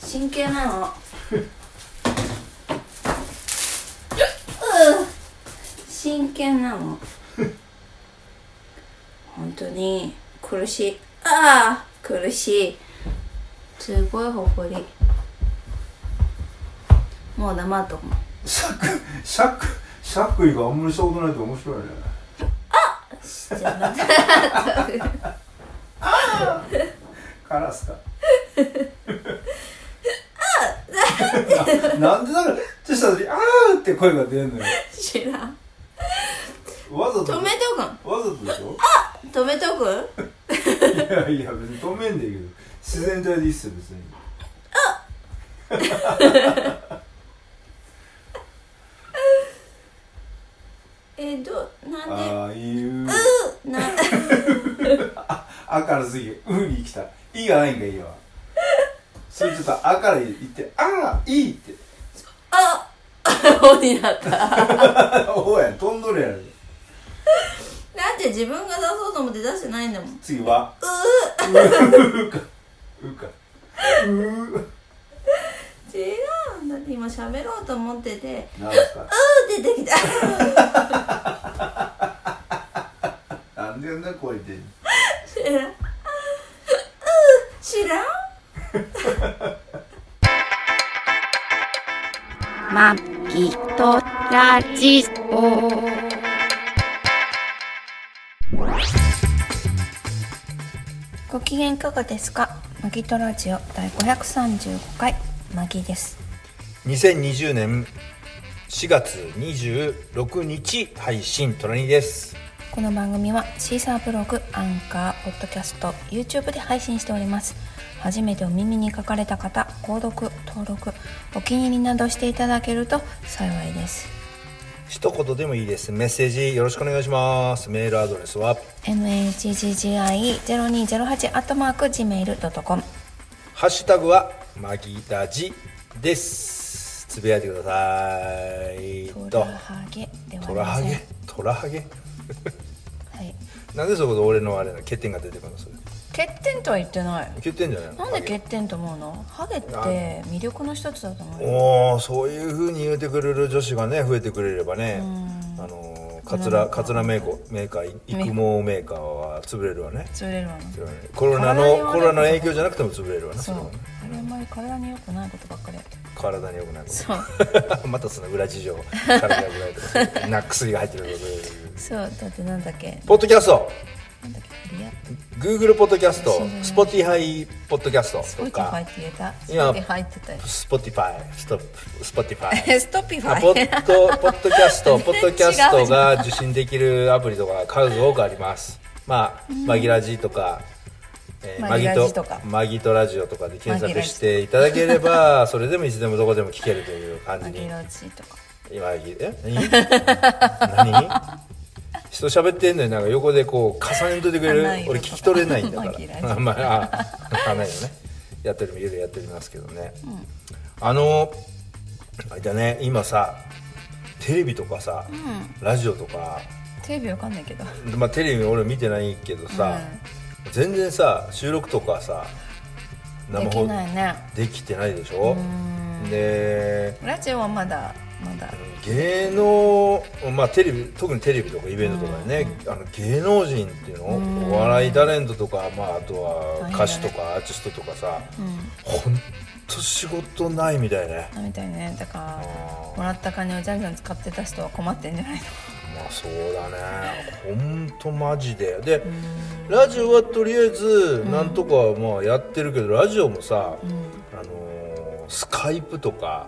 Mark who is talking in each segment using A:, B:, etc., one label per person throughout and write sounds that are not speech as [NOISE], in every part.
A: 真剣なの真剣なの本当に苦しいああ苦しいすごいほこりもう黙っとこう
B: シャックシャックシャックイがあんまりしたことないと面白いね
A: じゃあまた
B: カラスかななんでだろうってした時あーって声が出るのよ
A: 知らん
B: わざと
A: 止めと
B: わざとでしょ
A: くん止めとくん
B: いやいや別に止めんでいいけど自然体でいいっすよ別に
A: えどなんで
B: ああいう
A: うな
B: あから次「う」に来た「い」がないんかいいわそれちょっと「あ」から言って「あーいい」って [LAUGHS]
A: あ [LAUGHS] おになった
B: おや飛んどるやろ
A: なんで自分が出そうと思って出してないんだもん
B: 次は「う」か「う」か「う
A: 違うんだって今喋ろうと思ってて」
B: なんですか
A: うー出てきた
B: なんでやんな声で
A: 知らんうー知らん
C: マギトラジオ。
A: ご機嫌いかがですかマギトラジオ第535回マギです
D: 2020年4月26日配信トラニーです
A: この番組はシーサーブログアンカーポッドキャスト YouTube で配信しております初めてお耳に書かれた方購読登録お気に入りなどしていただけると幸いです
D: 一言でもいいですメッセージよろしくお願いしますメールアドレスは
A: nhggi0208-gmail.com
D: ハッシュタグはマギラジですつぶやいてください
A: ト
D: と
A: ラハゲではあ
D: ト
A: り
D: ラ
A: ま
D: ハ
A: せん
D: ゲトラハゲ
A: はい、
D: なんでそこで俺のあれだ欠点が出てくるのそれ
A: 欠点とは言ってない
D: 欠点じゃないの
A: なんで欠点と思うのハゲって魅力の一つだと思うよ
D: おーそういうふうに言うてくれる女子がね増えてくれればねあのーカツラカツラメーカーメーカー育毛メーカーは潰れるわね
A: 潰れるわね
D: コロナ
A: 体に
D: の
A: は
D: コロナの影響じゃなくても潰れるわね
A: そう
D: れはね
A: あれあんまり体に良くないことばっかりやってる
D: 体に良くないこ
A: そう
D: と [LAUGHS] またその裏事情体が良くないと [LAUGHS] かな薬が入ってること
A: そうだってなんだっけ
D: ポッドキャスト
A: なんだっけリア
D: Google ポッドキャスト
A: そうだね
D: Spotify ポッドキャス
A: ス
D: ト
A: ポ
D: と
A: ティファイっ
D: か
A: て言えたスポ
D: いや
A: ティファイって
D: [LAUGHS]
A: 言ったよ
D: Spotify ストップ Spotify
A: えストピフ
D: あポ
A: ァイ
D: ッドポッドキャス
A: [LAUGHS]
D: ト
A: 全
D: ポ
A: 然違う
D: ッドキャストが受信できるアプリとか数多くありますまあマギラジとか、え
A: マギラジとか
D: マギトラジオとかで
A: マ
D: 検
A: ギラジ
D: 索していただけ
A: [LAUGHS]
D: ればそれでもいつでもどこでも聞けるという感じ
A: マギ
D: に
A: ロジとか
D: 今え何何人喋ってんのになんか横でこう重ねんといてくれる
A: 花色とか
D: 俺聞き取れないんだか
A: マギラ
D: ら
A: ジ
D: あんまりあ花色ねやってる家でやってますけどね、あのあれだね今さテレビとかさ、ラジオとか、
A: テレビわかんないけど
D: まあ、テレビ俺見てないけどさ、全然さ収録とかさ
A: できないね
D: できてないでしょで
A: ラジオはまだまだ
D: 芸能まあテレビ特にテレビとかイベントとかでね、あの芸能人っていうの、お笑いタレントとか、まあ、あとは歌手とかアーティストとかさ、ほんと仕事ないみたいね
A: みたいねだか
D: あ
A: らもらった金をじゃんじゃん使ってた人は困ってんじゃないの
D: まあそうだねほんとマジでで、ラジオはとりあえずなんとかまあやってるけど、ラジオもさ、あのースカイプとか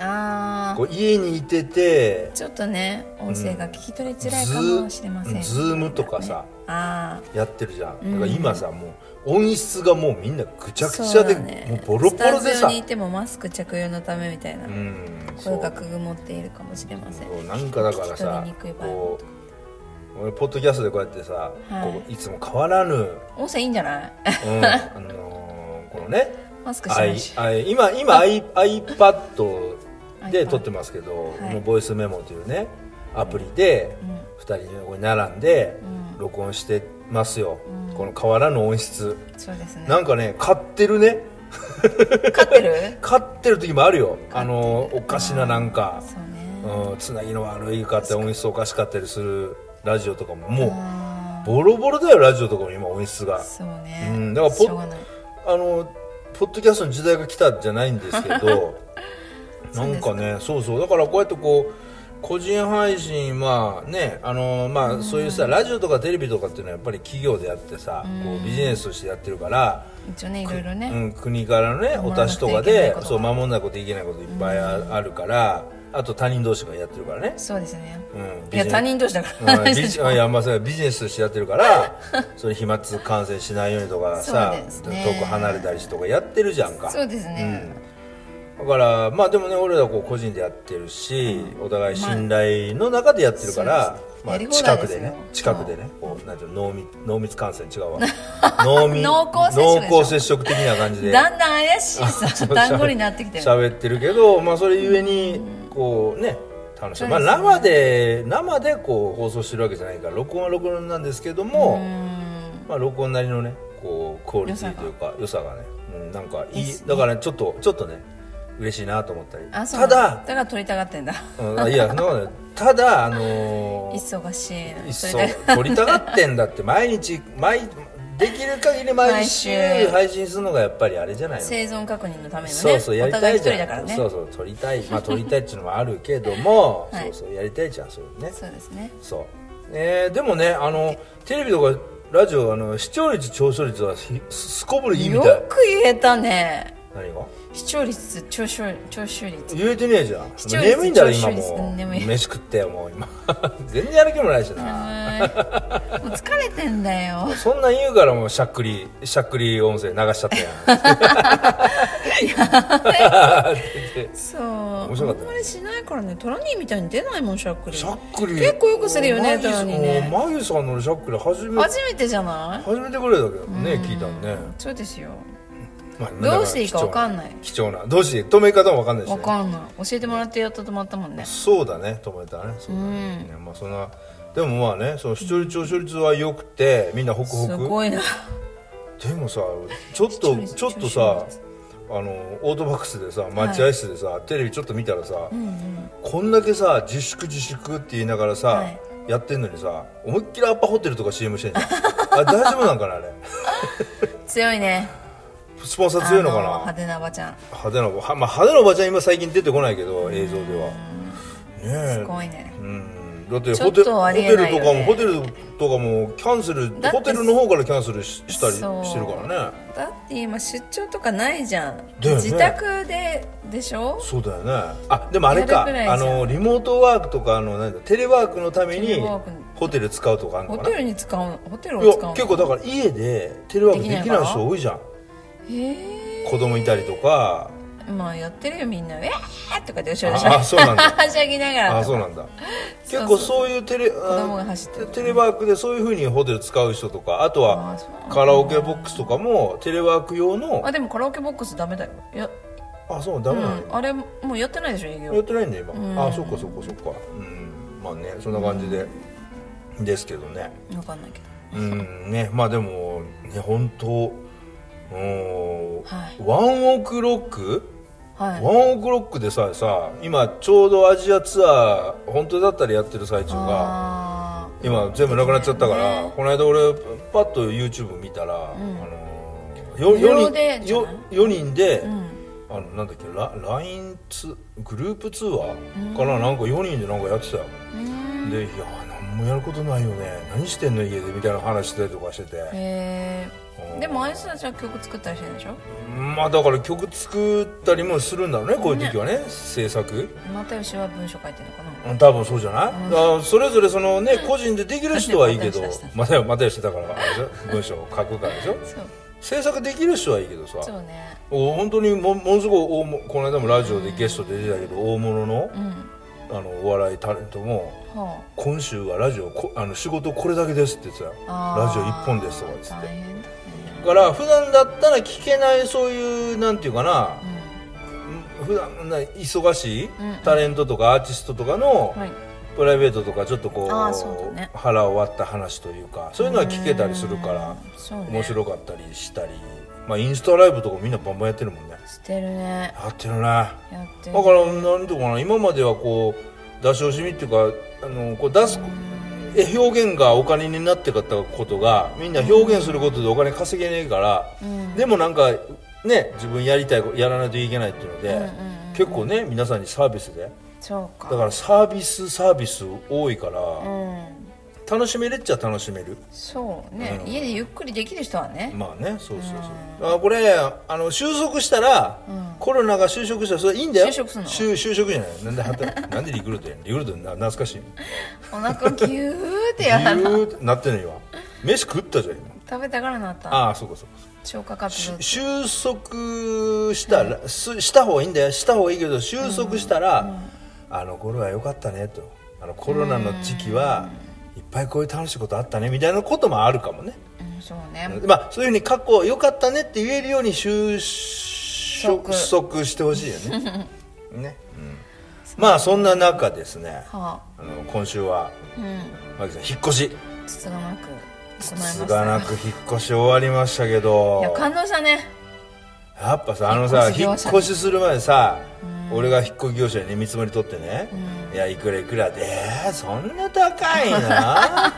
A: あ
D: こう家にいてて
A: あちょっとね音声が聞き取りづらい
D: ズ
A: かもしれません、
D: ーズームとかさ、
A: あ
D: やってるじゃん、だから今さもう音質がもうみんなぐちゃぐちゃで、
A: そうだね
D: もうボロボロ
A: あスタジ
D: で
A: オ
D: さ
A: にいてもマスク着用のためみたいな、
D: うん
A: 声がくぐもっているかもしれません
D: そうなんかだか
A: 聞
D: らさ
A: き取りにくい場合も
D: こう俺ポッドキャストでこうやってさ、
A: はい
D: こういつも変わらぬ、うん
A: 音声いいんじゃない [LAUGHS]
D: あのーこのね
A: マスクし
D: ア
A: ない
D: イ
A: し
D: アイ今今アイ iPad で
A: iPad
D: 撮ってますけど、
A: はい
D: このボイスメモというねアプリで2人でここに並んで
A: うん
D: 録音してますよ、この変わらぬ音質、
A: そうですね
D: なんかね買ってるね
C: 勝って
D: [LAUGHS]
C: る
D: 勝ってる時もあるよあのおかしななんか
C: そうね
D: うんつなぎの悪いかって音質おかしかったりするラジオとかもも
C: あ
D: うボロボロだよラジオとかも今音質が
C: ーそうね、
D: うんだからポ
C: しょうがない
D: あのポッドキャストの時代が来たんじゃないんですけ
C: [LAUGHS]
D: どなんかねそうそうだからこうやってこう個人配信まあねあのまあそういうさラジオとかテレビとかっていうのはやっぱり企業でやってさこうビジネスとしてやってるから
C: 一応ねいろいろね、
D: うん、国からのねお
C: 守らなくて
D: 達しとか
C: いけない
D: で
C: ことが
D: そう守んなこといけないこといっぱいああるからあと他人同士がやってるからね、
C: そうですね
D: うん、
C: い
D: ビジネ
C: や
D: ス
C: 他人同士だか
D: うん
C: ら [LAUGHS]
D: ビジいやまあそれはビジネスとしてやってるからそれ飛沫感染しないようにとかさ、
C: そうです
D: 遠
C: ね
D: く離れたりとかやってるじゃんか
C: そうですね、
D: だからまあでもね俺らこう個人でやってるし、お互い信頼の中でやってるから、
C: ま
D: ま
C: あ
D: あ
C: そうですね
D: 近くでね
C: やり放題ですよ
D: 近くでねこうなんていうの濃密濃密感染違
C: [LAUGHS]
D: うわ濃密
C: 濃厚接触でしょ
D: 濃厚接触的な感じで
C: [LAUGHS] だんだん怪し
D: [LAUGHS]
C: い
D: あそ
C: さ
D: う
C: 単語になってきてる
D: 喋ってるけど、まあ、それゆえにこうね楽しい、まあ、
C: そうですね
D: 生で生でこう放送してるわけじゃないから録音は録音なんですけども、
C: うん
D: まあ、録音なりのねこうクオリティというか良さがね、うん、なんかいい、だから、ね、ちょっとちょっとね嬉しいなと思ったり
C: あそ
D: た
C: うなんだ
D: だ
C: だ、から取りたがってんだ
D: うんあいやそんなことないただあのー
C: 忙しいない
D: っそ
C: 取りたが
D: 取りたがってんだって毎日毎できる限り毎週
C: 毎週
D: 配信するのがやっぱりあれじゃないの
C: 生存確認のためのね
D: そうそうやりたいじ
C: お互い一人だか
D: ゃ
C: ら
D: ん、
C: ね
D: そうそう撮りたいまあ撮りたいっていうのもあるけども、
C: [LAUGHS] はい
D: そうそうやりたいじゃんそれね
C: そうですね
D: そう、えーでもねあのテレビとかラジオあの視聴率聴取率はひすすこぶるいいみ
C: よ
D: たい
C: く言えたね
D: 何が
C: 視聴率聴取聴取
D: [LAUGHS]
C: 率
D: 言えてねえじゃん
C: 視聴率
D: 眠いんだろ今
C: 聴取率う
D: も
C: ん
D: う
C: 眠い
D: 飯食ってよもう今 [LAUGHS] 全然やる気もないし
C: う
D: な
C: ーんもう疲れてんだよ
D: そんなん言うからもうしゃっくりしゃっくり音声流しちゃ
C: [LAUGHS]
D: ったやんって
C: そう
D: 面白かった
C: あんまりしないからねトラニーみたいに出ないもんしゃっくり
D: しゃっくり
C: 結構よくするよね
D: マユさん
C: トラにね
D: マユさんのしゃっくり初めて
C: 初めてじゃない
D: 初めてぐらいだけどね聞いたのね、
C: そうですよ
D: まあ、
C: どうしていいかわかんない
D: 貴重な貴重などうして止め方もわかんないし、ね、
C: わかんない教えてもらってやっと止まったもんね
D: そうだね止めたねそうだね、いやまあそんなでもまあねその視聴率聴取率は良くてみんなホクホ
C: す
D: ク
C: ごいな
D: でもさちょっと
C: 率
D: ちょっと
C: 聴
D: さあのオートバックスでさ待合室でさ、テレビちょっと見たらさ、
C: うん
D: こんだけさ自粛自粛って言いながらさ、
C: はい
D: やってんのにさ思いっきりアッパホテルとか CM してんじゃんあ大丈夫なんかなあれ
C: うん強いね
D: スポンサー強いのか
C: あ
D: な
C: 派手なおばちゃん
D: 派手なおば、はまあ、派手なおばちゃん今最近出てこないけど映像では
C: す
D: ね
C: ごいね
D: えうんだって
C: ちょ
D: ホ
C: っ
D: テ
C: とありえ
D: ホ
C: ない
D: テ
C: よ
D: ルと
C: ね
D: かもホテルとかもキャンセル
C: だって
D: ホテルの方からキャンセルししたり
C: そう
D: してるからね
C: だって今出張とかないじゃん、
D: だよね
C: 自宅ででしょ
D: そうだよねあでもあれか
C: やるぐら
D: あ
C: いじゃん
D: のリモートワークとかあのなんだテレワークのため
C: テ
D: に
C: レワークに
D: ホテル使うとかあるの
C: ホ
D: か
C: テ
D: な
C: ルに使うのホテル
D: い
C: を使う
D: や
C: の
D: 結構だから家でテレワークで
C: でき
D: き
C: な
D: な
C: いの
D: い
C: かな
D: 人多いじゃん
C: へ
D: 子供いたりとか
C: えまあやってるよみんな「えー!」とかでおしゃれしゃ
D: ああそうなんだ
C: はしゃぎながら
D: あそうなんだ結構そういうテレ子
C: 供が走ってる
D: テレワークでそういうふうにホテル使う人とかあと
C: あ
D: は
C: そう
D: カラオケボックスとかもテレワーク用の
C: あでもカラオケボックスダメだよいや、
D: あそうダ
C: う
D: メなん
C: ん、
D: だ
C: あれもうやってないでしょ営
D: やっ
C: 業
D: てないんだ
C: うん
D: 今あそっかそっかそっかうんまあねそんな感じでですけどね
C: 分かんないけど
D: うんねまあでもね本当うん
C: はい
D: ワンオクロック
C: はい
D: ワンオクロックでさえさ今ちょうどアジアツアー本当だったらやってる最中が
C: あー
D: 今全部なくなっちゃったから、
C: ね
D: この間俺パッと YouTube 見たら、
C: ん
D: あのーよ
C: 無料
D: 4
C: で
D: 人
C: じゃ
D: よ
C: ない
D: 4人で、
C: うん
D: あのなんだっけラ LINE ツグループ通話からなんか4人でなんかやってたよ、
C: うーん
D: でいや何もやることないよね何してんの家でみたいな話したりとかしてて、
C: へ
D: う
C: え
D: ん
C: でもあいつたちは曲作ったりしてるんでしょ
D: まあだから曲作ったりもするんだろうねこういう時はね制作
C: 又吉は文章書いてるのかな
D: うん多分そうじゃない、だからそれぞれそのね個人でできる人はいいけど
C: また吉
D: またまた吉だからあれでしょ文章を書くからでしょ
C: そう
D: 制作できる人はいいけどさ
C: そうね
D: お本当にもものすごい大物この間もラジオでゲストで出てたけど、大物の
C: うん
D: あのお笑いタレントも
C: は
D: 「今週はラジオこあの仕事これだけです」って言ってたよ
C: ああー
D: ラジオ一本ですとか言って
C: 大変だね
D: だから普段だったら聞けないそういうなんていうかな
C: う、
D: ん普段な忙しい
C: んうん
D: タレントとかアーティストとかの
C: んはい
D: プライベートとかちょっとこ
C: あーそう
D: う
C: だね
D: 腹を割った話というかそういうのは聞けたりするから
C: そうね
D: 面白かったりしたりまあインスタライブとかみんなバンバンやってるもんね
C: してるね
D: やってるねだか
C: やって
D: ら
C: る
D: なんていうかな今まではこう出し惜しみっていうかあのこう出すえ表現がお金になってかったことがみんな表現することでお金稼げねえから、
C: うん
D: でもなんかね自分やりたいことやらないといけないっていうので、
C: うんうんうん
D: 結構ね皆さんにサービスで
C: そうか
D: だからサービスサービス多いから、
C: うん
D: 楽しめれっちゃ楽しめる
C: そうね、
D: うん
C: 家でゆっくりできる人はね、
D: まあねそうそうそう、あこれあの収束したら、コロナが収束したらそれいいんだよ
C: 就職すんの
D: 就就職じゃないなんで [LAUGHS] 働くなんでリクルートやんリクルートな懐かしい
C: お腹ギューって
D: ぎゅ
C: やらな
D: ーってなってんの今飯食ったじゃん今
C: 食べたからなった
D: ああそうかそうか
C: 消化活
D: し
C: 動
D: 収束したら、すした方がいいんだよした方がいいけど収束したら、あの頃は良かったねとあのコロナの時期はいっぱいこういう楽しいことあったねみたいなこともあるかもね、
C: うんそうね
D: まあ、そういうふうに過去良かったねって言えるように収束してほしいよ
C: [LAUGHS]
D: ねね、うんまあそんな中ですね
C: は
D: あの今週は
C: あうん
D: マキさん引っ越し
C: つつがなくつ
D: つがなく引っ越し終わりましたけど
C: いや感動したね
D: やっぱさあのさ
C: 引
D: 引
C: っ
D: っ
C: 越し業者
D: 越しする前にさ俺が引っ越し業者にね見積もり取ってね、いやいくらいくらでえーそんな高
C: [LAUGHS]
D: いな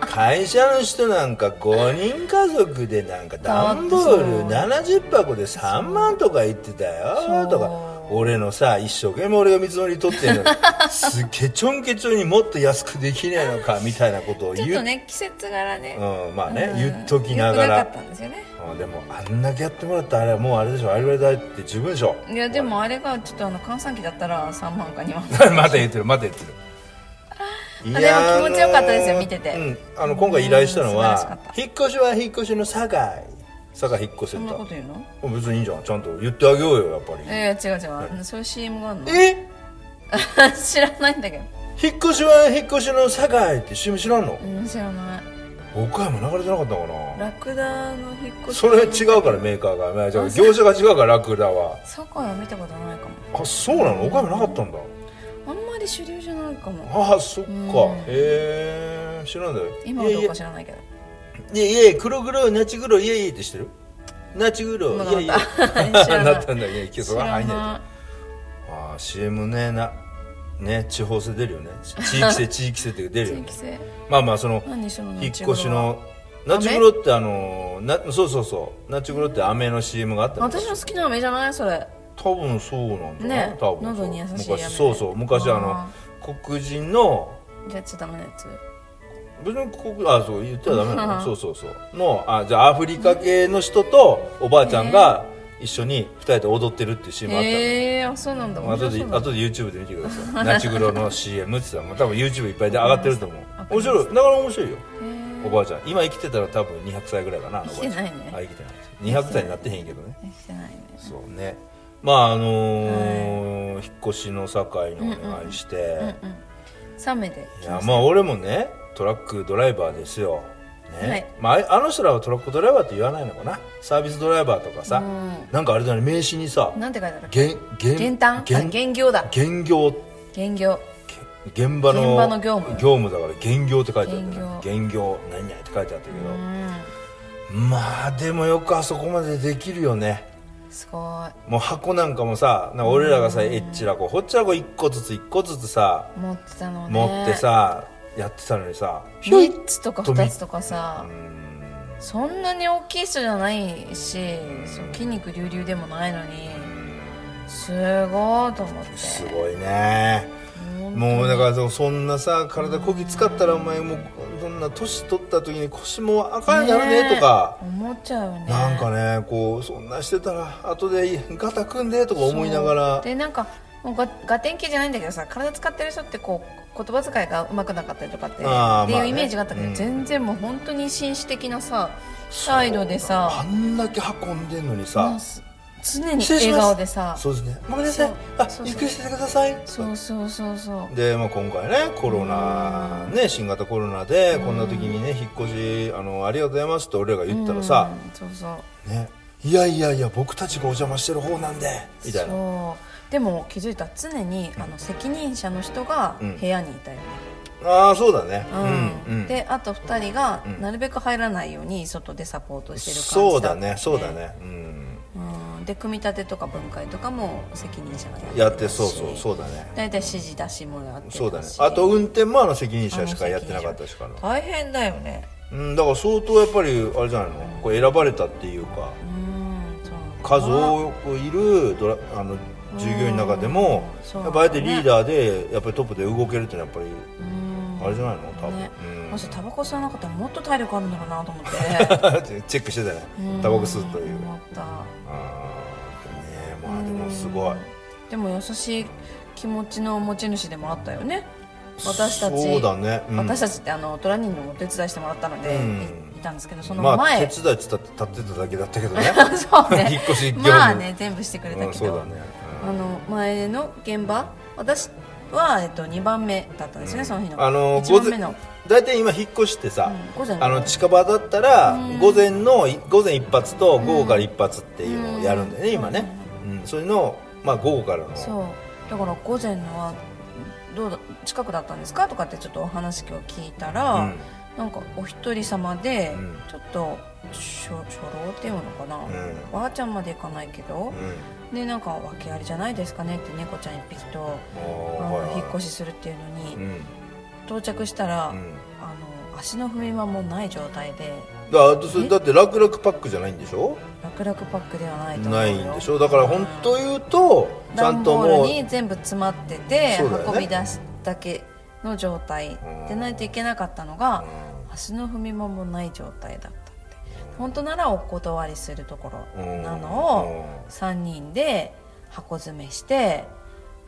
D: 会社の人なんか5人家族でなんか段ボール70箱で3万とか言ってたよとか
C: そう
D: 俺のさ一生懸命俺が見積もり取ってんのに
C: [LAUGHS]
D: すっげちょんけちょにもっと安くできねえのかみたいなことを
C: ち
D: 言
C: ょっ
D: う
C: とね季節柄ね、
D: うん、まあね、
C: うん
D: 言っときなが
C: 良
D: ら
C: くなかったんですよね
D: あでもあんだけやってもらったらあれはもうあれでしょあれぐらいだって十分でしょ [LAUGHS]
C: いやでもあれがちょっとあの閑散期だったら3万か2万
D: ま [LAUGHS] た言ってるまた言ってる
C: [LAUGHS] あでも気持ちよかったですよ見てて
D: うん、あの今回依頼したの
C: うん素晴ら
D: は
C: しかっ
D: 引っ越しは引っ越しの佐賀井佐賀引っ越せ
C: そんな
D: た
C: こと言うの
D: 別にいいじゃんちゃんと言ってあげようよやっぱり
C: いやいや違う違う、そういう CM があるの
D: え
C: [LAUGHS] 知らないんだけど
D: 引っ越しは引っ越しの佐賀井って CM 知らんの
C: うん知らない
D: 岡山流れてなかったかな
C: ラクダの引っ越し
D: それ違うからメーカーがまあじゃあ業者が違うから楽だわ
C: 酒井は見たことないかも
D: あそうなの岡山なかったんだ
C: あんまり主流じゃないかも
D: ああそっか
C: うん
D: へえ知らんだよ
C: 今はど
D: いうや
C: か知らないけど
D: いやいや、黒黒、ナチ黒、いやいやってしてるナチ黒、い
C: まだ
D: やいや。
C: [LAUGHS] 知らない
D: なったんだ、いや、いけ
C: 知
D: そう。 [LAUGHS] あ
C: ら
D: 入んない
C: な
D: あー、CM ね、な、ね、地方性出るよ
C: [LAUGHS]
D: ね。地地域性、地域性って出
C: い
D: るよ
C: 地
D: ね
C: 域。性
D: まあまあ、その、
C: 何その
D: 引っ越し
C: の
D: の、ナチ黒ってあの、な、そうそうそう。ナチ黒って飴の CM があったの
C: 私の好きな飴じゃないそれ
D: 多分そうなんだな
C: ね
D: 多分そう。
C: 喉に優しい飴
D: 昔、そうそう。昔あの
C: あ、
D: 黒人の、
C: じゃあちょっとダメなやつ
D: 別にここあそう言ってはダメな
C: [LAUGHS]
D: のそうそうそうのあじゃあアフリカ系の人とおばあちゃんが一緒に二人で踊ってるっていうシーンもあったの、
C: ええー、あそうなんだ
D: まあ後で
C: 面白そうだ
D: 後で YouTube で見てくださいナチグロの CM って言ったら多分 YouTube いっぱいで上がってると思う面白いなかなか面白いよおばあちゃん今生きてたら多分200歳ぐらいかな
C: 生きてないね
D: おばあちゃんあ生きてない200歳になってへんけどね
C: してないね
D: そうねまああのー引っ越しの境にお願いして、
C: 3名で
D: いやまあ俺もねトラックドライバーですよ、ね
C: はい
D: まああ、あの人らはトラックドライバーって言わないのかなサービスドライバーとかさ、
C: うん
D: なんかあれだね名刺にさ
C: なんて書いてある
D: げんげん
C: 減反
D: げん
C: あ減業だ
D: 減業
C: 減業
D: げ現場の
C: 現場の業務
D: だから減業って書いてあったね減業何々って書いてあったけど、まあでもよくあそこまでできるよね
C: すご
D: もう箱なんかもさなんか俺らがさえっちらこほっちらこ1個ずつ1個ずつさ
C: い持ってたのね
D: 持ってさ、やってたのにさひょいっ
C: 3つとか2つとかさそんなに大きい人じゃないしそう筋肉隆々でもないのにすごいと思って
D: すごいねもうだからそんなさ体こぎ使ったらお前もうそんな年取った時に腰もあかんやろねとか
C: え思っちゃうよね
D: なんかねこうそんなしてたら後でガタ組んでとか思いながら
C: でなんかもうがガテン系じゃないんだけどさ体使ってる人ってこう言葉遣いがうまくなかったりとかって
D: あー
C: ってい
D: まあ
C: う
D: ね
C: イメージがあったけど、
D: うん
C: 全然もう本当に紳士的なさ態度で
D: あ
C: さ
D: んだけ運んでんのに
C: も
D: さ
C: うす常に
D: 失礼し
C: 笑
D: ます
C: 顔でさ
D: そうですねごめんなさい
C: そう
D: あ
C: そうそう
D: ゆっくりしててください
C: そうそうそうそう
D: で、まあ、今回ねコロナね新型コロナでこんな時にね引っ越しあのありがとうございますって俺らが言ったらさ、
C: うんそうそう
D: ね、いやいやいや僕たちがお邪魔してる方なんでみたいな
C: そうでも気づいた常にあの責任者の人が
D: うん
C: 部屋にいたよね、
D: ああそうだね
C: う
D: うんうん
C: ん、であと2人が
D: うん
C: なるべく入らないように外でサポートしてる感じ
D: そうだ
C: ったよ
D: ねそうだ、ねうん
C: うん、で組み立てとか分解とかも責任者がやって
D: やってそうそう
C: う
D: そうだね
C: 大体指示出しもらってたし
D: そうだねあと運転もあの責任者しかやってなかったしから
C: 大変だよね
D: うんだから相当やっぱりあれじゃないのこう選ばれたっていうか
C: うんそう
D: 数多くいるドラあの従業員の中でも
C: うんそう
D: や
C: だね
D: っぱあえてリーダーでやっぱりトップで動けるってのはやっぱり
C: うん
D: あれじゃないの多分
C: ね
D: うん [LAUGHS]
C: もしタバコ吸わなかったらもっと体力あるんだろうなと思って
D: チェックしてたね
C: う
D: [LAUGHS]
C: ん
D: タバコ吸うという
C: 思った
D: あーねまあでもすごい
C: でも優しい気持ちの持ち主でもあったよね私たち
D: そうだねうん
C: 私たちってあのトラニーのお手伝いしてもらったので、
D: うん
C: いいたんですけどその
D: まあ手
C: 前、
D: 伝いって言ったって立ってただけだったけどね
C: [LAUGHS] そう [LAUGHS]
D: [LAUGHS]
C: ね
D: 引っ越し業務
C: まあね全部してくれた
D: うん
C: け
D: そう
C: ど、
D: だね
C: あの前の現場私は、えっと、2番目だったんですよね、その日の
D: あの
C: 1番目の、
D: 大体今引っ越してさ
C: うん午前
D: あの近場だったら
C: うん
D: 午前の午前一発と午後から一発っていうのをやるんだよね
C: うん
D: 今ねうんそれのまあ午後からの
C: そうだから午前のはどうだ近くだったんですかとかってちょっとお話を聞いたら、
D: うん
C: なんかお一人様で、
D: うん
C: ちょっと初初老っていうのかな、
D: うん
C: おばあちゃんまで行かないけど、
D: う
C: でなんか訳ありじゃないですかねって猫ちゃん一匹と、
D: んお
C: あ
D: ー
C: の
D: はいはい
C: 引っ越しするっていうのに、
D: うん
C: 到着したら、
D: うん
C: あの足の踏み場もない状態で
D: だからそれだって楽々パックじゃないんでしょ
C: 楽々パックではないと思う
D: な
C: よ
D: いんでしょだから本当言うとちゃ
C: 段
D: んと
C: ボー
D: もう
C: ルに全部詰まってて、
D: そうだよね
C: 運び出すだけの状態でないといけなかったのが、足の踏み場もない状態だったって本当ならお断りするところなのを3人で箱詰めして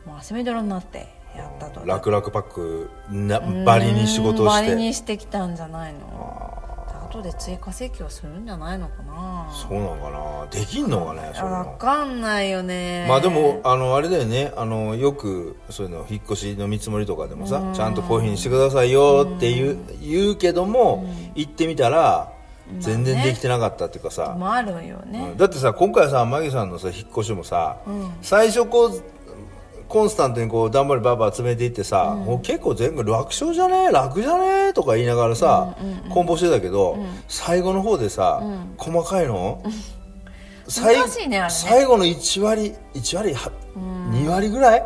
C: もう汗みどろになってやったと
D: 楽々パックなバリに仕事をし
C: うんバリ
D: て
C: にしてきたんじゃないのあとで追加請求するんじゃないのかな
D: そうなのかなできんのかねそういうの
C: わかんないよね
D: まあでもあのあれだよねあのよくそういうの引っ越しの見積もりとかでもさちゃんとこういうふうにしてくださいよっていう言うけども行ってみたら全然できてなかったっていうかさ
C: もあるよね
D: うんだってさ今回さマギさんのさ引っ越しもさ
C: ん
D: 最初こうコンスタントにこう段ボールバーバー詰めていってさもう結構全部楽勝じゃねえ楽じゃねえとか言いながらさ梱包してたけど最後の方でさ細かいの最
C: 難しいねあれね
D: 最後の1割1割は2割ぐらい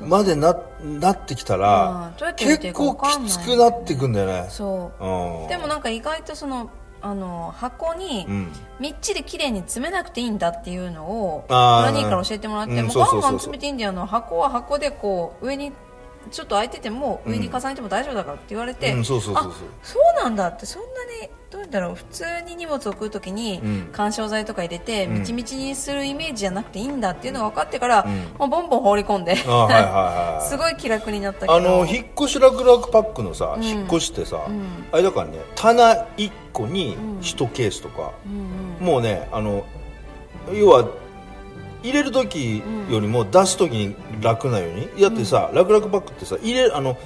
D: までななってきたら
C: うんどうやって見て
D: 結
C: いいかわ
D: 構
C: かん
D: き
C: ないよ
D: つく
C: ね
D: なってくんだよね
C: そう
D: うん
C: でもなんか意外とそのあの箱に
D: うん
C: みっちり綺麗に詰めなくていいんだっていうのを
D: あー
C: 何から教えてもらって、
D: うん
C: もう
D: そう
C: ガ
D: そ
C: ン
D: うそうそ
C: ガ
D: う
C: ン詰めていいんだよな箱は箱でこう上にちょっと空いてても上に重ねても大丈夫だからって言われて、
D: うんそうそうそうそう
C: あそうなんだってそんなにどう言うんだろう普通に荷物を置くときに
D: うん
C: 緩衝材とか入れて
D: うん
C: みちみちにするイメージじゃなくていいんだっていうのが分かってから、
D: うん
C: もうボンボン放り込んで、
D: あはいはいはいはい
C: すごい気楽になったけど
D: あの引っ越し楽々パックのさ、
C: うん
D: 引っ越しってさ、
C: うん
D: あれだからね棚1個に1ケースとか、
C: うんうん
D: もうねあの要は入れる時よりも出す時に楽なように、だってさ楽々パックってさ入れあの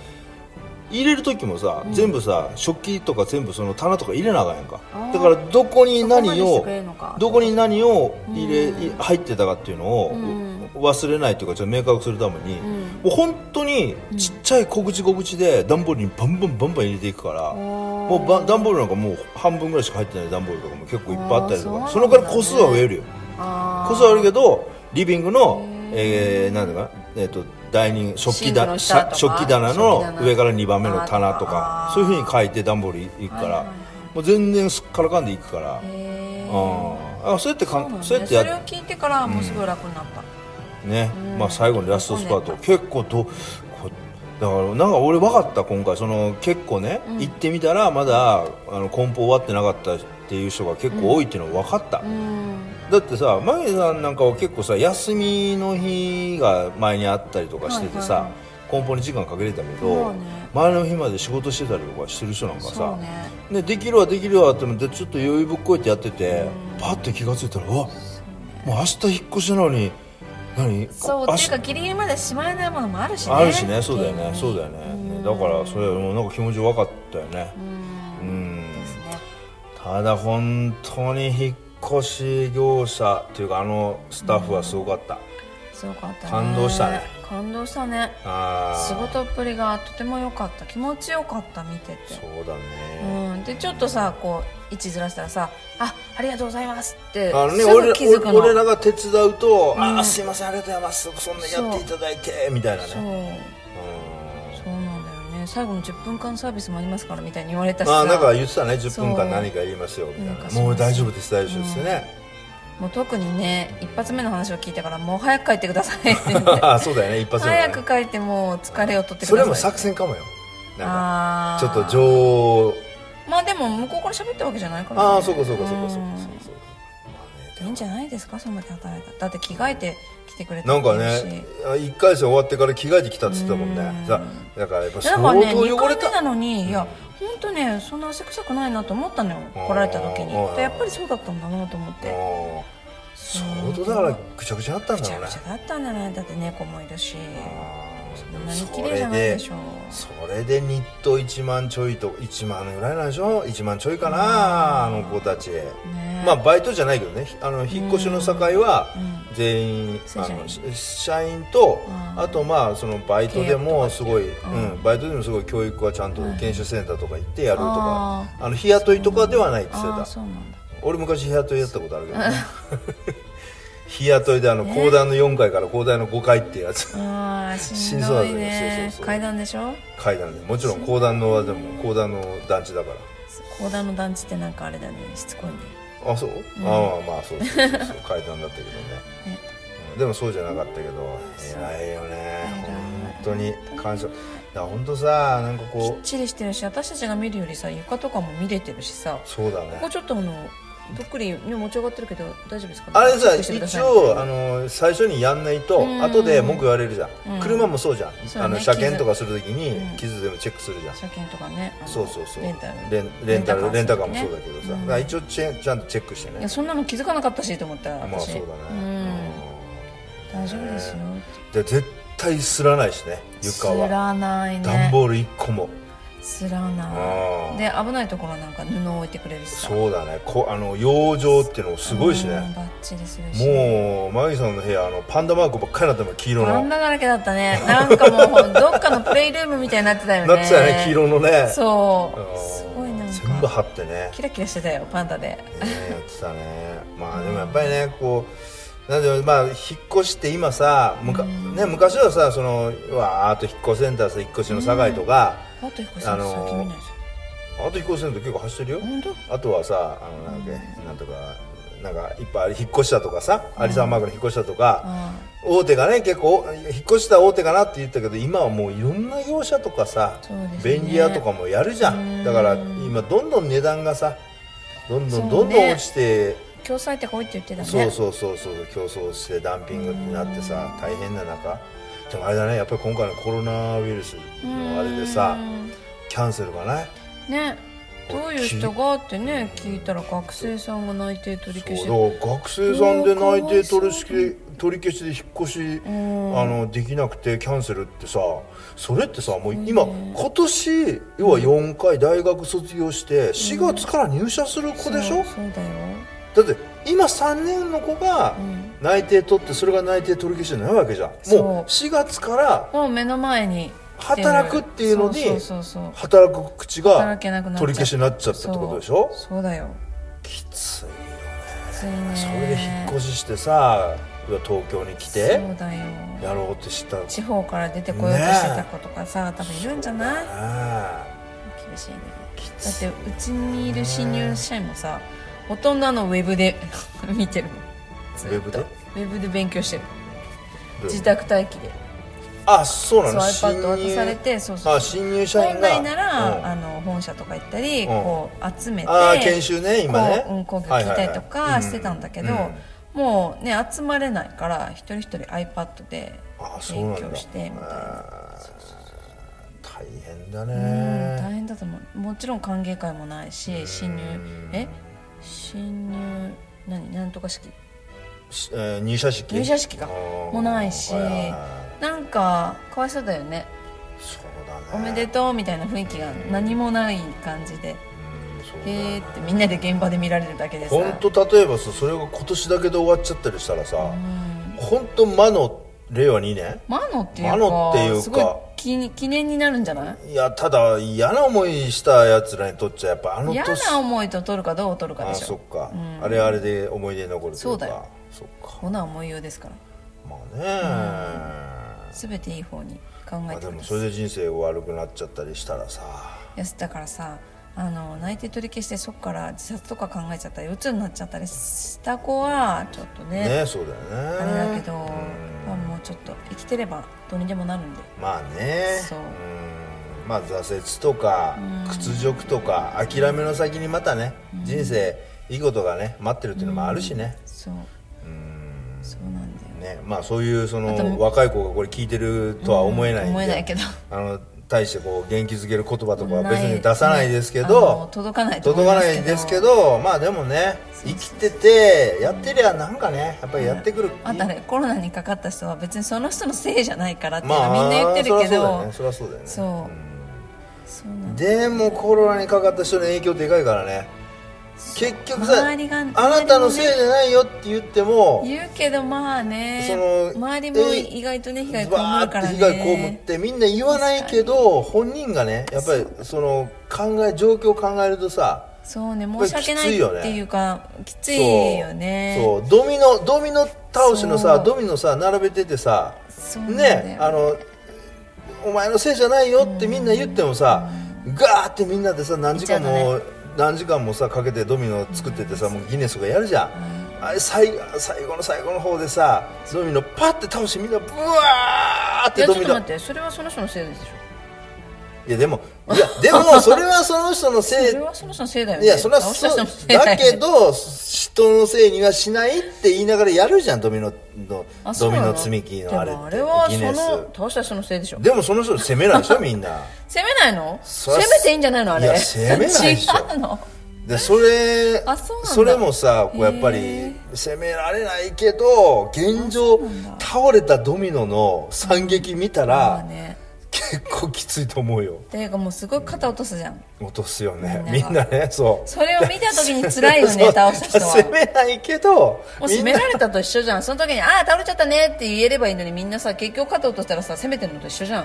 D: 入れる時もさ、全部さ食器とか全部その棚とか入れなあかんやんか
C: あー
D: だからどこに何
C: そこまでして
D: を
C: くれるのか
D: どこに何を入れ、
C: うん
D: い入ってたかっていうのを、
C: うん
D: 忘れないというかちょっと明確するために、
C: ん
D: もう本当にちっちゃい小口小口で段ボールにバンバンバンバン入れていくから、もうば段ボールなんかもう半分ぐらいしか入ってない段ボールとかも結構いっぱいあったりと
C: あー
D: か
C: そ
D: そう
C: なん
D: の
C: だ
D: か
C: ね
D: ら個数は増えるよ
C: あー
D: 個数はあるけどリビングの、えー、なんだかな、えー、とダイニング食器
C: シンクの
D: だ
C: 下と
D: さ
C: か
D: 食器棚
C: 食器棚
D: の上から2番目の棚とか
C: あー
D: そういうふうに書いて段ボールいくから、
C: はいはいはい
D: もう全然すっからかんでいくから、
C: へ
D: う
C: ー
D: んあそうやってか
C: そうなん
D: ん
C: だ
D: そうや
C: ね
D: って
C: それを
D: や
C: 聞いてからもうすごい楽になった、
D: ね、
C: うん
D: まあ、最後のラストスパー
C: そう
D: ト
C: ね
D: 結構とこだからなんか俺分かった今回その結構ね、
C: うん
D: 行ってみたらまだあの梱包終わってなかったっていう人が結構多いっていうのは分かった、
C: うん
D: だってさマギさんなんかは結構さ休みの日が前にあったりとかしててさ、
C: はいはい
D: 梱包に時間かけれたけ
C: そ
D: ど、
C: うね
D: 前の日まで仕事してたりとかしてる人なんか
C: そ
D: さ
C: う、ね
D: ね、できるわできるわって思ってちょっと余裕ぶっこいてやっててパッて気が付いたらうわもう明日引っ越しなのに何
C: そう
D: 明
C: ってい
D: 日
C: うかギリギリまでしまえないものもあるしね
D: あるしねそうだよね
C: 急に
D: そうだよねねだからそれはもうなんか気持ち分かったよね
C: うん
D: うん
C: ですね
D: ただ本当に引っ越し業者っていうかあのスタッフはすごかった、
C: すごかったね
D: 感動したね
C: 感動したね
D: ああ
C: 仕事っぷりがとても良かった気持ちよかった見てて
D: そうだね、
C: うん、でちょっとさこう位置ずらしたらさ「あありがとうございます」って
D: あのね
C: すぐ気づ
D: 俺
C: く
D: ら
C: の
D: 俺らが手伝うと「
C: うん
D: ああすいませんありがとうございますそんなやっていただいて」みたいなね
C: そう
D: うん
C: そうなんだよね最後の10分間サービスもありますからみたいに言われたし
D: ま
C: さ
D: あなんか言ってたね10
C: そう
D: 分間何か言いますよみたい
C: な
D: なん
C: かそう
D: もう大丈夫です大丈夫ですね、
C: もう特にね一発目の話を聞いたからもう早く帰ってくださいって言って
D: [LAUGHS] そうだよね一発目はね
C: 早く帰ってもう疲れを取ってください
D: それも作戦かもよなんか
C: あ
D: ちょっと
C: 上
D: 情
C: まあでも向こうから喋ったわけじゃないから、ね、
D: ああそうかそうかそうかそうかそうかそうかまあ
C: うんいいん
D: ね
C: じゃないですかそんだけ働いただって着替えて来てくれた
D: なん
C: んだ
D: か
C: し
D: ね1回戦終わってから着替えてきたっつってたもん
C: うん
D: ねさだからやっぱ
C: な
D: 相
C: んかね
D: 当
C: 2
D: 汚れ
C: 回目
D: た
C: なのに、いや
D: う
C: 本当ねそんな汗臭くないなと思ったのよ
D: あー
C: 来られた時に
D: あー
C: でやっぱりそうだったんだなと思っ
D: あ
C: て
D: ー相当だからぐちゃぐちゃだったん
C: ぐ
D: だ
C: ち
D: ろ
C: ゃ
D: う
C: ぐ
D: ね
C: ちゃだったんじゃないだって猫もいるし
D: あー
C: そんなに綺
D: そ
C: 麗じ
D: れ
C: ゃない
D: で
C: でしょ
D: それで日当1万ちょいと1万ぐらいなんでしょ1万ちょいかなあの子たち
C: ね
D: まあバイトじゃないけどねひあの引っ越しの境は
C: うん
D: 全員
C: 正
D: あ
C: 社員
D: のし社員と
C: うん
D: あとまあそのバイトでもすごい、
C: 契約とかっていう
D: う
C: うん
D: ん、バイトでもすごい教育はちゃんと
C: はい
D: 研修センターとか行ってやるとか
C: あ
D: あの日雇いとかではないって言
C: あ
D: っ
C: ー
D: て
C: そ
D: た
C: うなんだ
D: 俺昔日雇いやったことあるけどね [LAUGHS] 日雇いであの高台の4階から高台の5階ってや
C: [LAUGHS]
D: つ
C: あーしん
D: しんどい
C: ど
D: だ
C: い
D: けど
C: ね
D: そうそうそう
C: 階段でしょ
D: 階段でもちろん高段のでも高段の団地だか
C: 高段の団地ってなんかあれだねしつこいね
D: らあそう、ああまあそう [LAUGHS] そうそうそう階段だったけどね
C: ね
D: うんでもそうじゃなかったけど偉いよね本当に感謝だから本当さなんか
C: き
D: こ
C: っちりしてるし私たちが見るよりさ床とかも見れてるしさ
D: うそうだ
C: ここ
D: ね
C: ちょっとあのどっくり今持ち上がってるけど大丈夫ですか
D: あれさ
C: チェックしてくださ
D: 一
C: い
D: 応あの最初にやんないと
C: うん
D: 後で文句言われるじゃん、
C: うん
D: 車もそうじゃん、
C: そうね
D: あの車検とかするとき
C: うん
D: に傷でもチェックするじゃん、
C: 車検とかねあの
D: そうそうそう
C: レンタル
D: レンレンタル
C: レ
D: レ
C: ン
D: ン
C: タ
D: タ
C: カ
D: カーも
C: ーもね
D: そうだけどさ、
C: うん
D: だから一応チェちゃんとチェックして
C: い
D: ね
C: やそんなの気づかなかったしと思ったら
D: まあ
C: 私
D: そうだね、
C: うん大丈夫ですよ
D: で絶対すらないしね床
C: す
D: は
C: らないね
D: 段ボール1個も、
C: すらな
D: あ
C: い
D: ー
C: で危ないところなんか布を置いてくれるしさう
D: そうだねこあの養生っていうのもすごいし
C: ん
D: ね
C: バッチリするし
D: もうマギさんの部屋あのパンダマークばっかりになってる黄色
C: パ
D: の
C: ン
D: な
C: ダだらけだったねなんかもうほんどっかのプレイルームみたいになってたよね
D: ってたよね黄色のね
C: そう
D: うん
C: すごいなん
D: 全部
C: か
D: 貼ってね
C: キラキラしてたよパンダで
D: ねやってたねまあでもやっぱりねこうなんでまあ引っ越して今さむか、ね、昔はさそのわーっと引っ越しセンターさ引っ越しの境とか、
C: あと彦さん
D: あのー
C: 最近見ないです
D: あと引っ越しセンター結構走ってるよ、
C: よ本当
D: あとはさあのなんだっけなんとかなんかいっぱいあれ引っ越したとかさ有沢マークの引っ越したとか、
C: あ
D: 大手がね結構引っ越した大手かなって言ったけど今はもういろんな業者とかさ、
C: そうですね
D: 便利屋とかもやるじゃ
C: うん
D: んだから今どんどん値段がさどんどん
C: そ
D: ど
C: うんね
D: どん落ちて
C: ー共済ってこいって言ってたね
D: そうそうそうそう競争してダンピングになってさ大変な中でもあれだねやっぱり今回のコロナウイルスのあれでさ
C: うん
D: キャンセルがね
C: ねどういう人がってね聞いたら学生さんが内定取り消し
D: そうだから学生さんで内定取り消し取り消しで引っ越しあ
C: ん
D: のできなくてキャンセルってさそれってさもう今今年要は4回大学卒業して4月から入社する子でしょ
C: そうだよ、
D: だって今3年の子が
C: うん、
D: 内定取ってそれが内定取り消しじゃないわけじゃん
C: そう
D: もう4月から
C: もう目の前に来る
D: 働くっていうのに
C: そうそうそうそう
D: 働く口が
C: 働けなくなっちゃう
D: 取り消しになっちゃったってことでしょ
C: そうそうだよ
D: きついよ
C: ついね
D: それで引っ越ししてさ東京に来て
C: そうだよ
D: やろうって知ったの
C: 地方から出てこようとしてた子とかさ、多分いるんじゃない
D: あ
C: 厳しいね
D: あき
C: だっ
D: つ
C: て
D: いう
C: ちにいる新入社員もさほとんどあのウェブで [LAUGHS] 見てるもんずっと
D: ウェブで
C: ウェブで勉強してる自宅待機で
D: あそうな
C: そう
D: の
C: iPad 渡
D: 新入
C: されてそうそう
D: あ新入社員
C: 本
D: が
C: 来なら、
D: うん
C: あの本社とか行ったり、
D: ん
C: こう集めて
D: あー研修ね今ね
C: こううん講義聞いたりと
D: はいはいは
C: か
D: い
C: してたんだけど、
D: うんうん
C: もうね集まれないから一人一人 iPad で
D: あそうなん
C: 勉
D: だ
C: 強してみたいな。
D: あー大変だ
C: うん大
D: ね
C: 変だと思うもちろん歓迎会もないし新入え新入何なんとか式
D: しえー入社式
C: 入社式か
D: あー
C: もないし
D: はいはいはい
C: なんかかわいそうだよね
D: そうだね
C: おめでとうみたいな雰囲気が何もない感じで
D: うんそうだ
C: へ
D: ね
C: ーってみんなで現場で見られるだけでさ
D: 本当例えばさそれが今年だけで終わっちゃったりしたらさ
C: うん
D: 本当魔の令和2年
C: マノっていう
D: マ
C: か
D: ノっていうか
C: すごい記に記念になるんじゃない
D: いやただ嫌な思いしたやつらにとっちゃやっぱあの年
C: 嫌な思いと取るかどう取るか
D: あ
C: で
D: あ
C: し
D: そ
C: ょ
D: っか、あれはあれで思い出に残るとい
C: そうう
D: か
C: だよ
D: そっか
C: こんな思いようですから
D: まあね、
C: 全ていい方に考
D: ま
C: え
D: あ、
C: て
D: で
C: く
D: も
C: だ
D: そ
C: さい
D: れで人生悪くなっちゃったりしたらさ
C: いやだからさあの内定取り消してそこから自殺とか考えちゃったり鬱になっちゃったりした子はちょっとね
D: ねそうだよね
C: あれだけど、
D: うん
C: まあ、もうちょっと生きてればどうにでもなるんで
D: まあね
C: そうん
D: まあ挫折とか屈辱とか諦めの先にまたね、人生いいことがね待ってるっていうのもあるしね
C: そう
D: うん
C: そうなんだよ
D: ねまあそういうそ
C: あと
D: の若い子がこれ聞いてるとは思えないんで、
C: 思えないけど
D: あの大してこう元気づける言葉とかは別に出さないですけど、
C: あの届かないと思
D: 届
C: い
D: か
C: ま
D: ないですけどまあでもね生きててやってりゃなんかねやっぱりやってくる、
C: あとねコロナにかかった人は別にその人のせいじゃないからっていうの
D: まあ
C: はみんな言ってるけど、
D: そりゃそうだよねそ
C: そ
D: り
C: う
D: ゃそうだよね
C: そうなん
D: う
C: だ
D: んでもコロナにかかった人の影響でかいからね結局さ
C: 周りが
D: あなたのせいじゃないよって言っても
C: 言うけどまあね
D: その
C: 周りも意外とね被害被る
D: バー
C: か
D: って
C: らね
D: 被害被ってみんな言わないけど本人がねやっぱりその考え状況を考えるとさ
C: そうね申し訳ないっていうかきついよね
D: そうそうドミノドミノ倒しのさ
C: そう
D: ドミノさ並べててさ
C: そうなんだよ
D: ねあのお前のせいじゃないよってみんな言ってもさガーってみんなでさ何時間
C: 言っちゃ
D: も何時間もさかけてドミノ作っててさもうギネスとかやるじゃんあれ最最後の最後の方でさドミノパッて倒してみんなブワーっ
C: い
D: て
C: やち
D: ド
C: ょっ
D: ミ
C: と
D: ノ
C: 待ってそれはその人のせいでしょ
D: いやでもいや [LAUGHS] でもそれはその人のせい
C: それはその人のせいだよね
D: いやそれは
C: 倒した
D: そ
C: 人
D: う
C: のせいよね
D: だけど人のせいにはしないって言いながらやるじゃんドミノの
C: あそ
D: ド
C: う
D: ミ
C: なの
D: ノ積み木のあれっ
C: で
D: て
C: もあれは
D: ギ
C: そ
D: ネス
C: の倒した人のせいでしょ
D: でもその人責めないでしょみんな
C: 攻めないの
D: そりゃ
C: 攻めていいんじゃないのあれ
D: いや攻めないでしょ
C: 違うの
D: でそれ
C: あそうなんだ
D: れもさこうやっぱ
C: へ
D: り
C: ー
D: 責められないけど現状倒れたドミノの惨劇見た
C: まあ
D: ら
C: ね
D: 結構きついと思うよ
C: ていうかもうすごい肩落とすじゃん
D: 落とすよねみ
C: みん
D: ん
C: な
D: なねそう
C: それを見た時に辛いよね
D: [LAUGHS] そう
C: 倒した人
D: 責
C: は
D: めないけど
C: もう
D: み
C: 責
D: ん
C: め
D: な
C: られたと一緒じゃんその時に「ああ倒れちゃったね」って言えればいいのにみんなさ結局肩落としたらさ責めてるのと一緒じゃん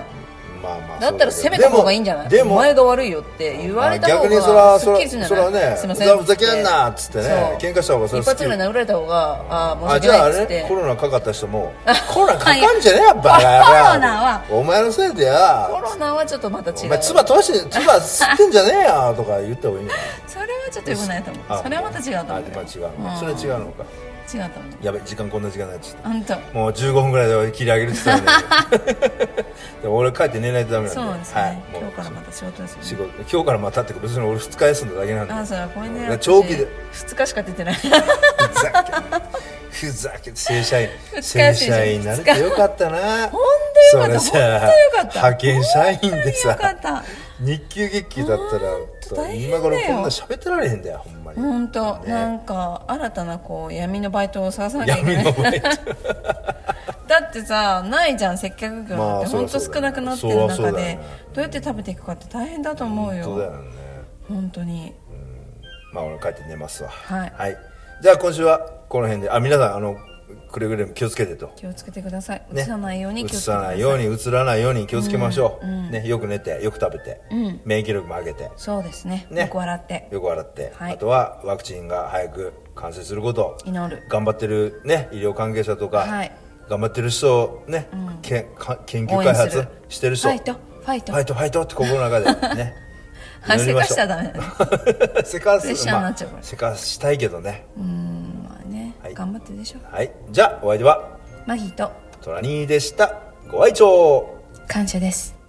D: まあまあ
C: だったら
D: そうけ
C: 攻め
D: ど
C: た方がいいんじゃない
D: でも
C: お
D: で
C: 前
D: も
C: が悪いよって言われた
D: まあ
C: 方
D: 逆にそれは
C: がすっきりするんじゃない
D: それはね
C: すいません
D: ふざふざけんなっつってね
C: そう
D: 喧嘩した方がそれは
C: 一
D: すっき
C: 発
D: り
C: ぐらい殴られた方がああ
D: あ
C: 申
D: じ
C: し訳
D: ゃああ
C: ないっつっ
D: れ
C: て
D: コロナかかった人も
C: あ
D: コロナかかんじゃねえやバカ野郎
C: コロナは
D: お前のせいで
C: コ
D: や
C: ロナはちょっとまた違
D: お
C: う
D: 前唾通して唾吸ってんじゃねえやとか言った方がいいんじゃない
C: それはちょっとよくないと思うそれはまた違うと
D: あ
C: 思
D: まあ違
C: う
D: うのかそれは違うのか
C: 違うと思う
D: やべ時間こんな時間になっちゃっ
C: あんた
D: たもう15分ぐらいで切り上げるって言ってたの
C: [LAUGHS]
D: にでも俺帰って寝ないとダメなんで
C: そうなんですね、
D: はいもう
C: 今日からまた仕事ですよね
D: 仕事今日からまたってか別に俺2日休んだだけなんで
C: あそれはごめん
D: だ
C: ね
D: から
C: 私
D: 長期で
C: 2日しか出てない
D: ふざけんふざけん正社員
C: 二日
D: 正
C: 休み
D: 社員になれてよかったな
C: ほんとよかっ
D: [LAUGHS]
C: た
D: それさ
C: ほんとよかった
D: 派遣社員で
C: よか
D: さ
C: った
D: 日給月給だったら
C: ほんと大変
D: 今
C: だよ
D: 頃こんな喋ってられへんだよほんまに
C: 本当、
D: ね
C: なんか新たなこう闇のバイトを探さなきゃいけ
D: 闇
C: な
D: の
C: い
D: バイト
C: だってさないじゃん接客業
D: ま
C: な
D: あ
C: んて
D: そり
C: 本
D: ゃそ
C: 当
D: うだよね
C: 少なくなって
D: そ
C: る
D: りゃそう
C: 中
D: だよ
C: で
D: ね
C: どうやって食べていくかって大変だと思う
D: 本当だ
C: よ
D: よね
C: 本当に
D: まあ俺帰って寝ますわ
C: はい
D: じゃあ今週はこの辺であ皆さんあのくれぐれも気をつけてと
C: 気をつけてください、
D: ね
C: 映さないように
D: う
C: 気を
D: つ
C: つけて
D: さ
C: くだ
D: な
C: さい
D: いようにうつらないように気をつけましょう、ね、よく寝てよく食べて、免疫力も上げて
C: そうですね
D: ね
C: よく笑って
D: よく笑って、
C: はい
D: あとはワクチンが早く完成すること
C: 祈る
D: 頑張ってる、ね、医療関係者とか、
C: はい
D: 頑張ってる人を、ねけんか研究
C: 応援
D: 開
C: する
D: 発してる
C: フ
D: 人
C: ァイトファイト
D: ファイトファイトって心の中で
C: [LAUGHS]
D: ね
C: はい
D: 祈り
C: せ
D: ま
C: か
D: しょ
C: し
D: う
C: たらダメだね
D: [LAUGHS] せか
C: プレ
D: す、
C: ッシャーになっちゃうから
D: せかしたいけどね、
C: うんまあね、
D: はい
C: 頑張ってでしょ
D: はい、じゃあお相手は
C: マギーと
D: トラニーでしたご愛聴
C: 感謝です